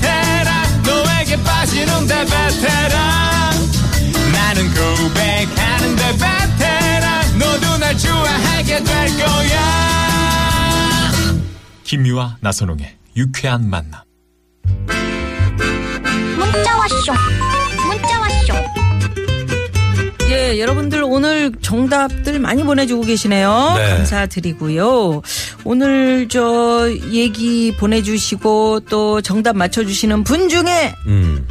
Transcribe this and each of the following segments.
베테랑 너에게 빠지는데 베테랑 나는 고백하는데 베테랑 너도 날 좋아하게 될 거야 김미화 나선홍의 유쾌한 만남. 문자 왔쇼. 문자 왔쇼. 예, 여러분들 오늘 정답들 많이 보내주고 계시네요. 네. 감사드리고요. 오늘 저 얘기 보내주시고 또 정답 맞춰주시는 분 중에 음,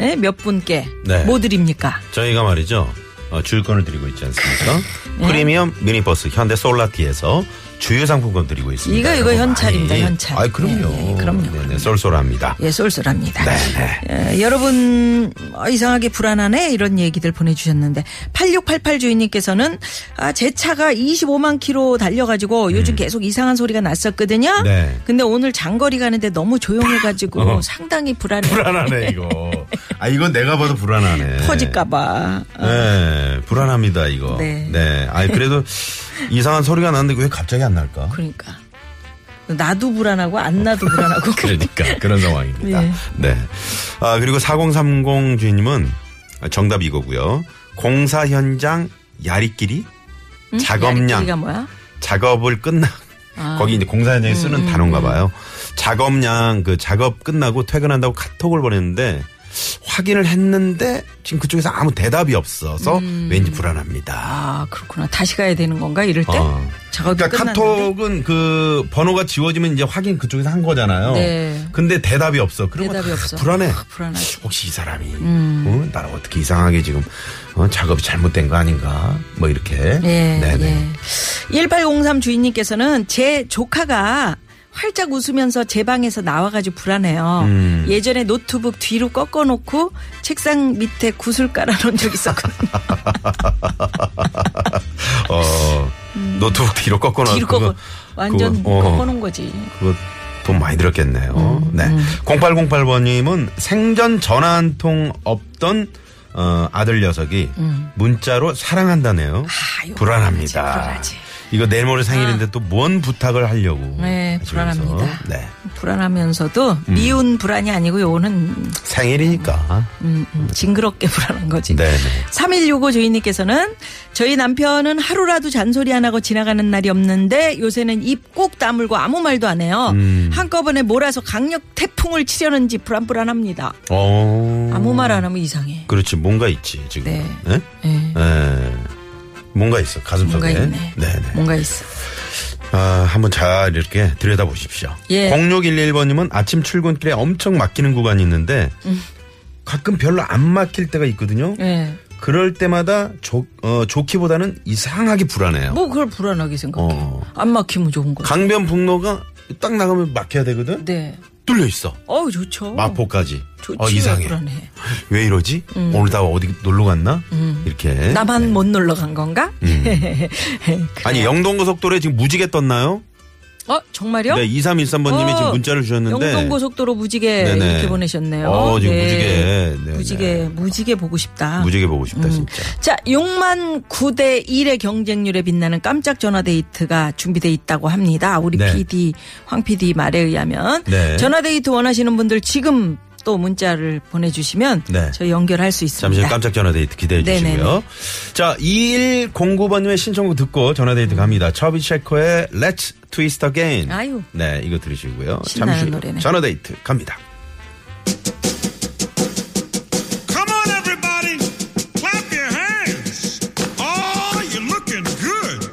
예, 몇 분께 네. 뭐 드립니까? 저희가 말이죠. 어, 주유권을 드리고 있지 않습니까? 네. 프리미엄 미니버스 현대 솔라티에서 주유 상품권 드리고 있습니다. 이거, 이거 여러분 현찰입니다, 많이. 현찰. 아이, 그럼요. 네, 네, 그럼요. 네네, 쏠쏠합니다. 예, 쏠쏠합니다. 네네. 예, 여러분 어, 이상하게 불안하네 이런 얘기들 보내주셨는데 8688 주인님께서는 아, 제 차가 25만 키로 달려가지고 요즘 계속 이상한 소리가 났었거든요. 음. 네. 근데 오늘 장거리 가는데 너무 조용해가지고 어. 상당히 불안해. 불안하네, 이거. 아, 이건 내가 봐도 불안하네. 퍼질까봐. 어, 네, 불안합니다, 이거. 네. 아이, 그래도 이상한 소리가 나는데 왜 갑자기 안 날까? 그러니까 나도 불안하고 안 나도 불안하고. 그러니까 그런 상황입니다. 예. 네. 아 그리고 4030 주인님은 정답 이거고요. 공사 현장 야리끼리 작업량 가 음? 아. 뭐야? 작업을 끝나 거기 이제 공사 현장에 쓰는 음, 단어인가 봐요. 작업량 그 작업 끝나고 퇴근한다고 카톡을 보냈는데 확인을 했는데 지금 그쪽에서 아무 대답이 없어서 음. 왠지 불안합니다. 아 그렇구나. 다시 가야 되는 건가 이럴 때? 어. 작업이 그러니까 끝났는데? 카톡은 그 번호가 지워지면 이제 확인 그쪽에서 한 거잖아요. 네. 근데 대답이 없어. 그러면 대답이 아, 없어. 음. 불안해. 아, 불안하지. 혹시 이 사람이 어? 나랑 어떻게 이상하게 지금 어? 작업이 잘못된 거 아닌가? 뭐 이렇게. 예, 네네. 예. 1803 주인님께서는 제 조카가 활짝 웃으면서 제 방에서 나와가지고 불안해요. 음. 예전에 노트북 뒤로 꺾어놓고 책상 밑에 구슬 깔아놓은 적 있었거든요. 어, 노트북 뒤로 꺾어놔. 음. 뒤로 꺾어. 완전 아, 그거, 어. 꺾어놓은 거지. 그거 돈 많이 들었겠네요. 음, 네. 0808번님은 생전 전화 한 통 없던 어, 아들 녀석이 음. 문자로 사랑한다네요. 이거 불안합니다. 불안하지, 불안하지. 이거 내일 모레 생일인데 또 뭔 부탁을 하려고. 네, 하시면서. 불안합니다. 네. 불안하면서도 음. 미운 불안이 아니고 요거는 생일이니까. 음, 음, 징그럽게 불안한 거지. 네. 네. 3165 주인님께서는 저희 남편은 하루라도 잔소리 안 하고 지나가는 날이 없는데 요새는 입 꼭 다물고 아무 말도 안 해요. 음. 한꺼번에 몰아서 강력 태풍을 치려는지 불안불안합니다. 어. 아무 말 안 하면 이상해. 그렇지 뭔가 있지 지금. 네. 예? 예. 예. 뭔가 있어 가슴 뭔가 속에. 있네. 네네. 뭔가 있어. 아, 한번 잘 이렇게 들여다 보십시오. 예. 0611번님은 아침 출근길에 엄청 막히는 구간이 있는데 가끔 별로 안 막힐 때가 있거든요. 음. 예. 그럴 때마다 좋 어, 좋기보다는 이상하게 불안해요. 뭐 그걸 불안하게 생각해. 어. 안 막히면 좋은 거. 강변북로가 딱 나가면 막혀야 되거든. 네. 뚫려 있어. 어우 좋죠. 마포까지. 좋지. 음. 어 이상해. 불안해. 왜 이러지? 오늘 다 어디 놀러 갔나? 음. 이렇게. 나만 못 놀러 간 건가? 음. 예. 그래. 아니 영동고속도로에 지금 무지개 떴나요? 어 정말요? 네, 2313번님이 어, 지금 문자를 주셨는데. 영동고속도로 무지개 네네. 이렇게 보내셨네요. 어, 지금 네. 무지개. 네네. 무지개 무지개 보고 싶다. 무지개 보고 음. 싶다 진짜. 자, 6만 9대 1의 경쟁률에 빛나는 깜짝 전화 데이트가 준비돼 있다고 합니다. 우리 네. PD 황 PD 말에 의하면 네. 전화 데이트 원하시는 분들 지금 또 문자를 보내주시면 네. 저희 연결할 수 있습니다. 잠시 후 깜짝 전화 데이트 기대해 네. 네네네. 주시고요. 자, 2109번님의 신청곡 듣고 전화 데이트 갑니다. 처비 체커의 Let's Twist Again. 아유. 네, 이거 들으시고요. 신나는 잠시 후 노래네. 전화 데이트 갑니다. Come on, everybody. Clap your hands. Oh, you're looking good.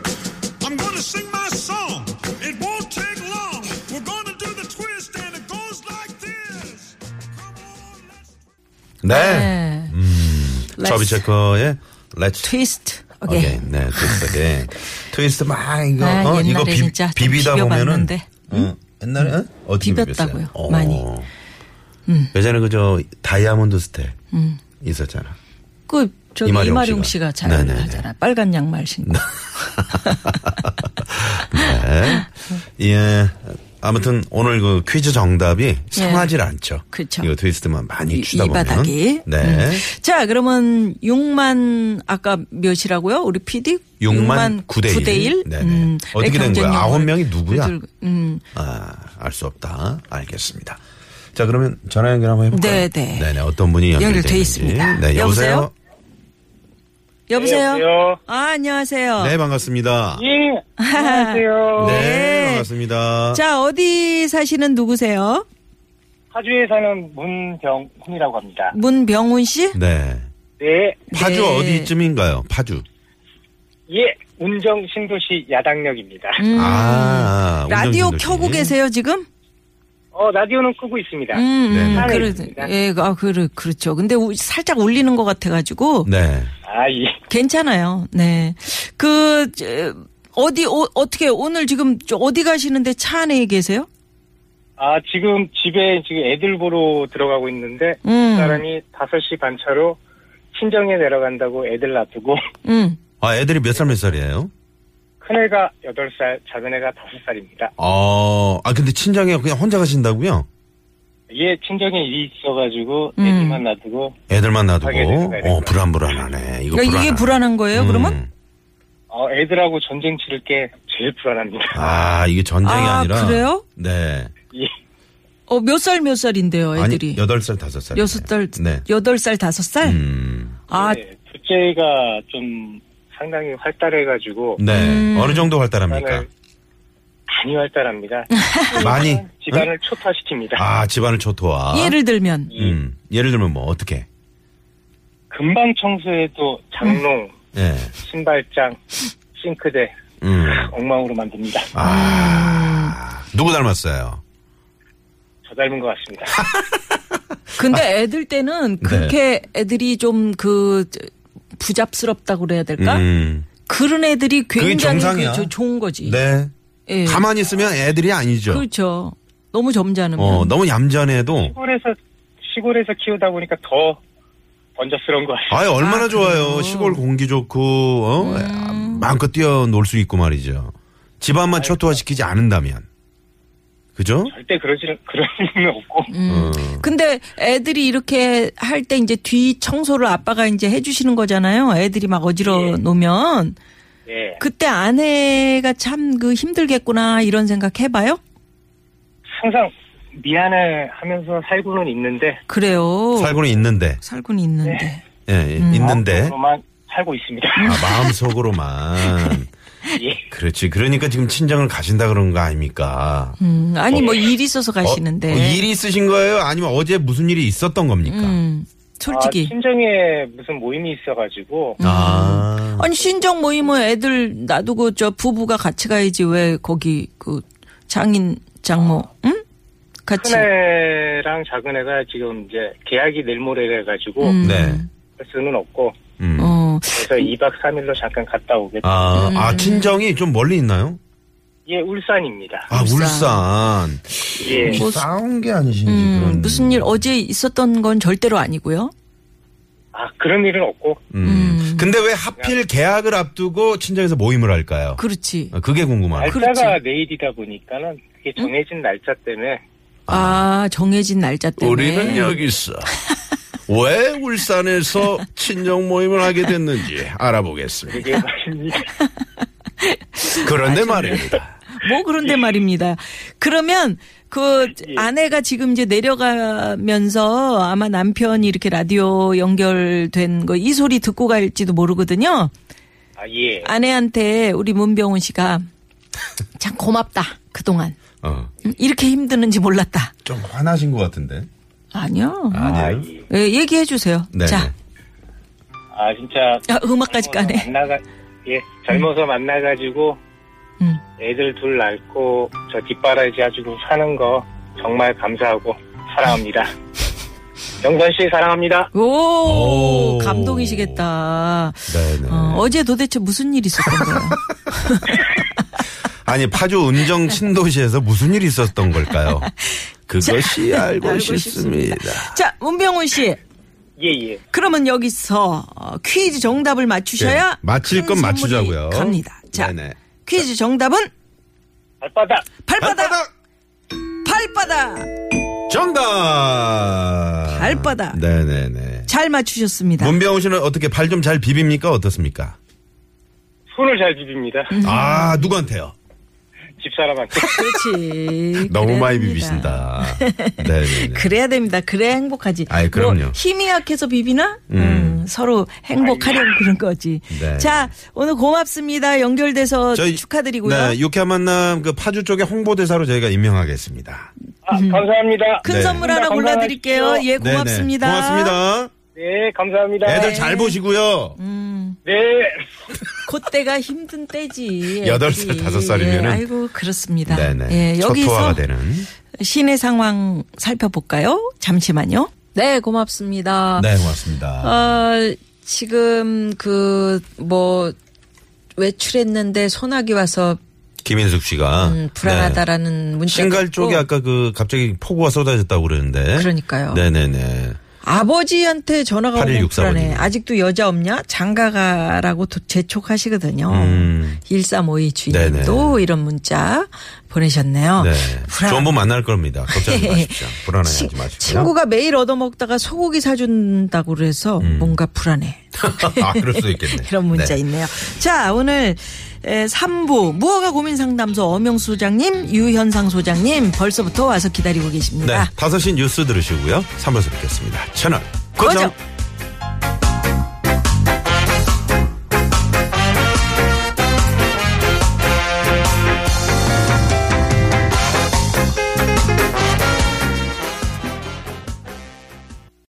I'm going to sing my song. It won't take long. We're going to do the twist, and it goes like this. Come on, let's. 네. 네. 처비 체커의 Let's 트위스트. 오케이. Again. 네, Twist Again. 트위스트 막 이거 아, 어, 이거 옛날에 비, 진짜 좀 비비다 보면은 비벼봤는데. 어, 옛날에 어? 어떻게 비볐다고요, 비볐어요? 어. 많이. 예전에 그저 다이아몬드 스텝 있었잖아. 그 저기 이마룡 이마룡, 씨가 씨가. 잘 네네네. 하잖아. 빨간 양말 신고. 네. 예. 아무튼 오늘 그 퀴즈 정답이 상하질 않죠. 예. 그쵸. 이거 트위스트만 많이 이, 추다 이 보면. 바닥이. 네. 음. 자, 그러면 6만 아까 몇이라고요? 우리 PD? 6만 9대 1. 9대1? 네네. 어떻게 된 거야? 아홉 명이 누구야? 음. 아, 알 수 없다. 알겠습니다. 자, 그러면 전화 연결 한번 해볼까요? 네, 네. 네네. 어떤 분이 연결돼 연결돼 있는지. 있습니다. 네, 여보세요? 여보세요? 여보세요? 여보세요? 아, 안녕하세요. 네, 반갑습니다. 예, 안녕하세요. 네, 네. 반갑습니다. 자, 어디 사시는 누구세요? 파주에 사는 문병훈이라고 합니다. 문병훈 씨? 네. 네, 파주 네. 어디쯤인가요? 파주. 예, 운정 신도시 야당역입니다. 음. 아, 라디오 운정진도 씨. 켜고 계세요, 지금? 어, 라디오는 끄고 있습니다. 음, 네. 음, 네. 그러, 있습니다. 예, 아, 그러, 그렇죠. 근데 우- 살짝 울리는 것 같아가지고. 네. 아, 예. 괜찮아요. 네. 그, 저, 어디, 어, 어떻게, 오늘 지금 저 어디 가시는데 차 안에 계세요? 아, 지금 집에 지금 애들 보러 들어가고 있는데, 음. 사람이 5시 반 차로 친정에 내려간다고 애들 놔두고, 응. 아, 애들이 몇 살 몇 살이에요? 큰애가 8살, 작은애가 5살입니다. 어, 아, 근데 친정에 그냥 혼자 가신다고요? 예, 친정에 일이 있어가지고, 음. 애들만 놔두고, 애들만 가게 놔두고. 되는 거예요. 어, 불안불안하네. 이거 음. 그러니까 불안. 이게 불안한 거예요, 그러면? 어, 애들하고 전쟁 치를 게 제일 불안합니다. 아, 이게 전쟁이 아, 아, 니라 그래요? 네. 예. 어, 몇 살 몇 살인데요, 어, 애들이? 아니, 여덟 살 다섯 살. 여섯 살, 네. 여덟 살, 다섯 살? 음. 아, 네, 둘째가 좀 상당히 활달해가지고, 네. 음. 그러니까. 어느 정도 활달합니까? 집안을 많이 활달합니다. 많이. 응? 집안을 초토화시킵니다. 아, 집안을 초토화. 예를 들면. 음. 예를 들면 뭐, 어떻게? 금방 청소해도 장롱, 예. 신발장, 싱크대 음. 엉망으로 만듭니다. 아. 누구 닮았어요? 저 닮은 것 같습니다. 근데 애들 때는 네. 그렇게 애들이 좀 그, 저, 부잡스럽다고 그래야 될까? 음. 그런 애들이 굉장히 정상이야. 그 저- 좋은 거지. 네. 예. 가만히 있으면 애들이 아니죠. 그렇죠. 너무 점잖으면. 어, 너무 얌전해도. 시골에서 시골에서 키우다 보니까 더 번져스러운 것 같습니다. 아유, 얼마나 아, 좋아요. 그래요? 음. 시골 공기 좋고, 어? 마음껏 뛰어놀 수 있고 말이죠. 집안만 초토화시키지 않는다면. 그죠? 절대 그러지는 그런 일은 없고 음. 근데 애들이 이렇게 할 때 이제 뒤 청소를 아빠가 이제 해주시는 거잖아요. 애들이 막 어지러 놓으면 예 그때 아내가 참 그 힘들겠구나 이런 생각 해봐요. 항상 미안해하면서 살고는 있는데 그래요. 살고는 있는데. 살군 있는데. 예, 예, 음. 있는데. 어, 마음으로만 살고 있습니다. 아, 마음속으로만. 예. 그렇지. 그러니까 지금 친정을 가신다 그런 거 아닙니까? 음, 아니 뭐 일 있어서 가시는데. 어, 일이 있으신 거예요? 아니면 어제 무슨 일이 있었던 겁니까? 음, 솔직히. 아, 친정에 무슨 모임이 있어가지고 아. 아니 신정 모임은 애들 놔두고 저 부부가 같이 가야지 왜 거기 그 장인 장모 응 같이 큰애랑 작은애가 지금 이제 계약이 내일 모레 해가지고 음. 네. 할 수는 없고 음. 어 그래서 2박 3일로 잠깐 갔다 오겠다. 아, 음. 아, 친정이 좀 멀리 있나요? 예, 울산입니다. 아, 음. 울산. 울산. 예. 뭐- 싸운 게 아니신지 음, 그런. 무슨 일 어제 있었던 건 절대로 아니고요. 아, 그런 일은 없고. 음. 근데 왜 하필 계약을 앞두고 친정에서 모임을 할까요? 그렇지. 아, 그게 궁금하네. 날짜가 내일이다 보니까는 그게 정해진 날짜 때문에 아 정해진 날짜 때문에. 여기 있어. 왜 울산에서 친정 모임을 하게 됐는지 알아보겠습니다. 그게 말입니다. 그런데 말입니다. 뭐 그런데 말입니다. 그러면 그 예. 아내가 지금 이제 내려가면서 아마 남편이 이렇게 라디오 연결된 거 이 소리 듣고 갈지도 모르거든요. 아, 예. 아내한테 우리 문병훈 씨가 참 고맙다 그동안 어, 음, 이렇게 힘드는지 몰랐다 좀 화나신 것 같은데. 아니요 아, 아니에요. 예. 예, 얘기해 주세요 네. 자 아, 진짜. 아, 음악까지 젊어서 까네 만나가, 예. 젊어서 만나가지고 음. 애들 둘 낳고 저 뒷바라지 해가지고 사는 거 정말 감사하고 사랑합니다. 영선 씨 사랑합니다. 오, 오. 감동이시겠다 네네. 어, 어제 도대체 무슨 일이 있었던 거예요 아니 파주 운정 신도시에서 무슨 일이 있었던 걸까요? 그것이 알고, 알고 싶습니다. 자 문병훈 씨 예, 예. 그러면 여기서 어, 퀴즈 정답을 맞추셔야 네, 맞힐 큰 건 선물이 맞추자고요. 갑니다. 자, 네네. 퀴즈 정답은 발바닥. 발바닥, 발바닥 발바닥. 정답. 발바닥. 네네네. 잘 맞추셨습니다. 문병호 씨는 어떻게 발 좀 잘 비빕니까 어떻습니까? 손을 잘 비빕니다. 음. 아 누구한테요? 집사람한테. 그렇지. 너무 그래야 많이 됩니다. 비비신다. 네네네. 그래야 됩니다. 그래야 행복하지. 아이, 그럼요. 뭐 힘이 약해서 비비나? 음, 서로 행복하려고 그런 거지. 네. 자, 오늘 고맙습니다. 연결돼서 축하드리고요. 네, 유쾌한 만남 그 파주 쪽의 홍보대사로 저희가 임명하겠습니다. 아, 감사합니다. 음. 큰 네. 선물 하나 감사합니다. 골라드릴게요. 예, 고맙습니다. 네네. 고맙습니다. 네, 감사합니다. 애들 잘 보시고요. 음. 네. 그때가 힘든 때지. 여덟 애들이. 살, 다섯 살이면은. 예, 아이고, 그렇습니다. 네네. 예, 초토화가 여기서 되는. 시내 상황 살펴볼까요? 잠시만요. 네, 고맙습니다. 네, 고맙습니다. 어, 지금 그 뭐 외출했는데 소나기 와서 김인숙 씨가 음, 불안하다라는 네. 문자. 신갈 쪽에 아까 그 갑자기 폭우가 쏟아졌다고 그러는데. 그러니까요. 네네네. 아버지한테 전화가 오면 8164 불안해. 번님. 아직도 여자 없냐? 장가가라고 도- 재촉하시거든요. 음. 1352 주인님도 네네. 이런 문자 보내셨네요. 네. 어, 불안- 예. 좋은 분 만날 겁니다. 걱정하지 마십시오. 치- 불안해하지 마시고요. 친구가 매일 얻어먹다가 소고기 사준다고 그래서 뭔가 불안해. 아, 그럴 수 있겠네. 이런 문자 음. 네. 있네요. 자, 오늘 에, 3부 무허가 고민 상담소 엄영 소장님, 유현상 소장님 벌써부터 와서 기다리고 네. 계십니다. 5시 뉴스 들으시고요. 3에서 뵙겠습니다. 채널 고정. 고정.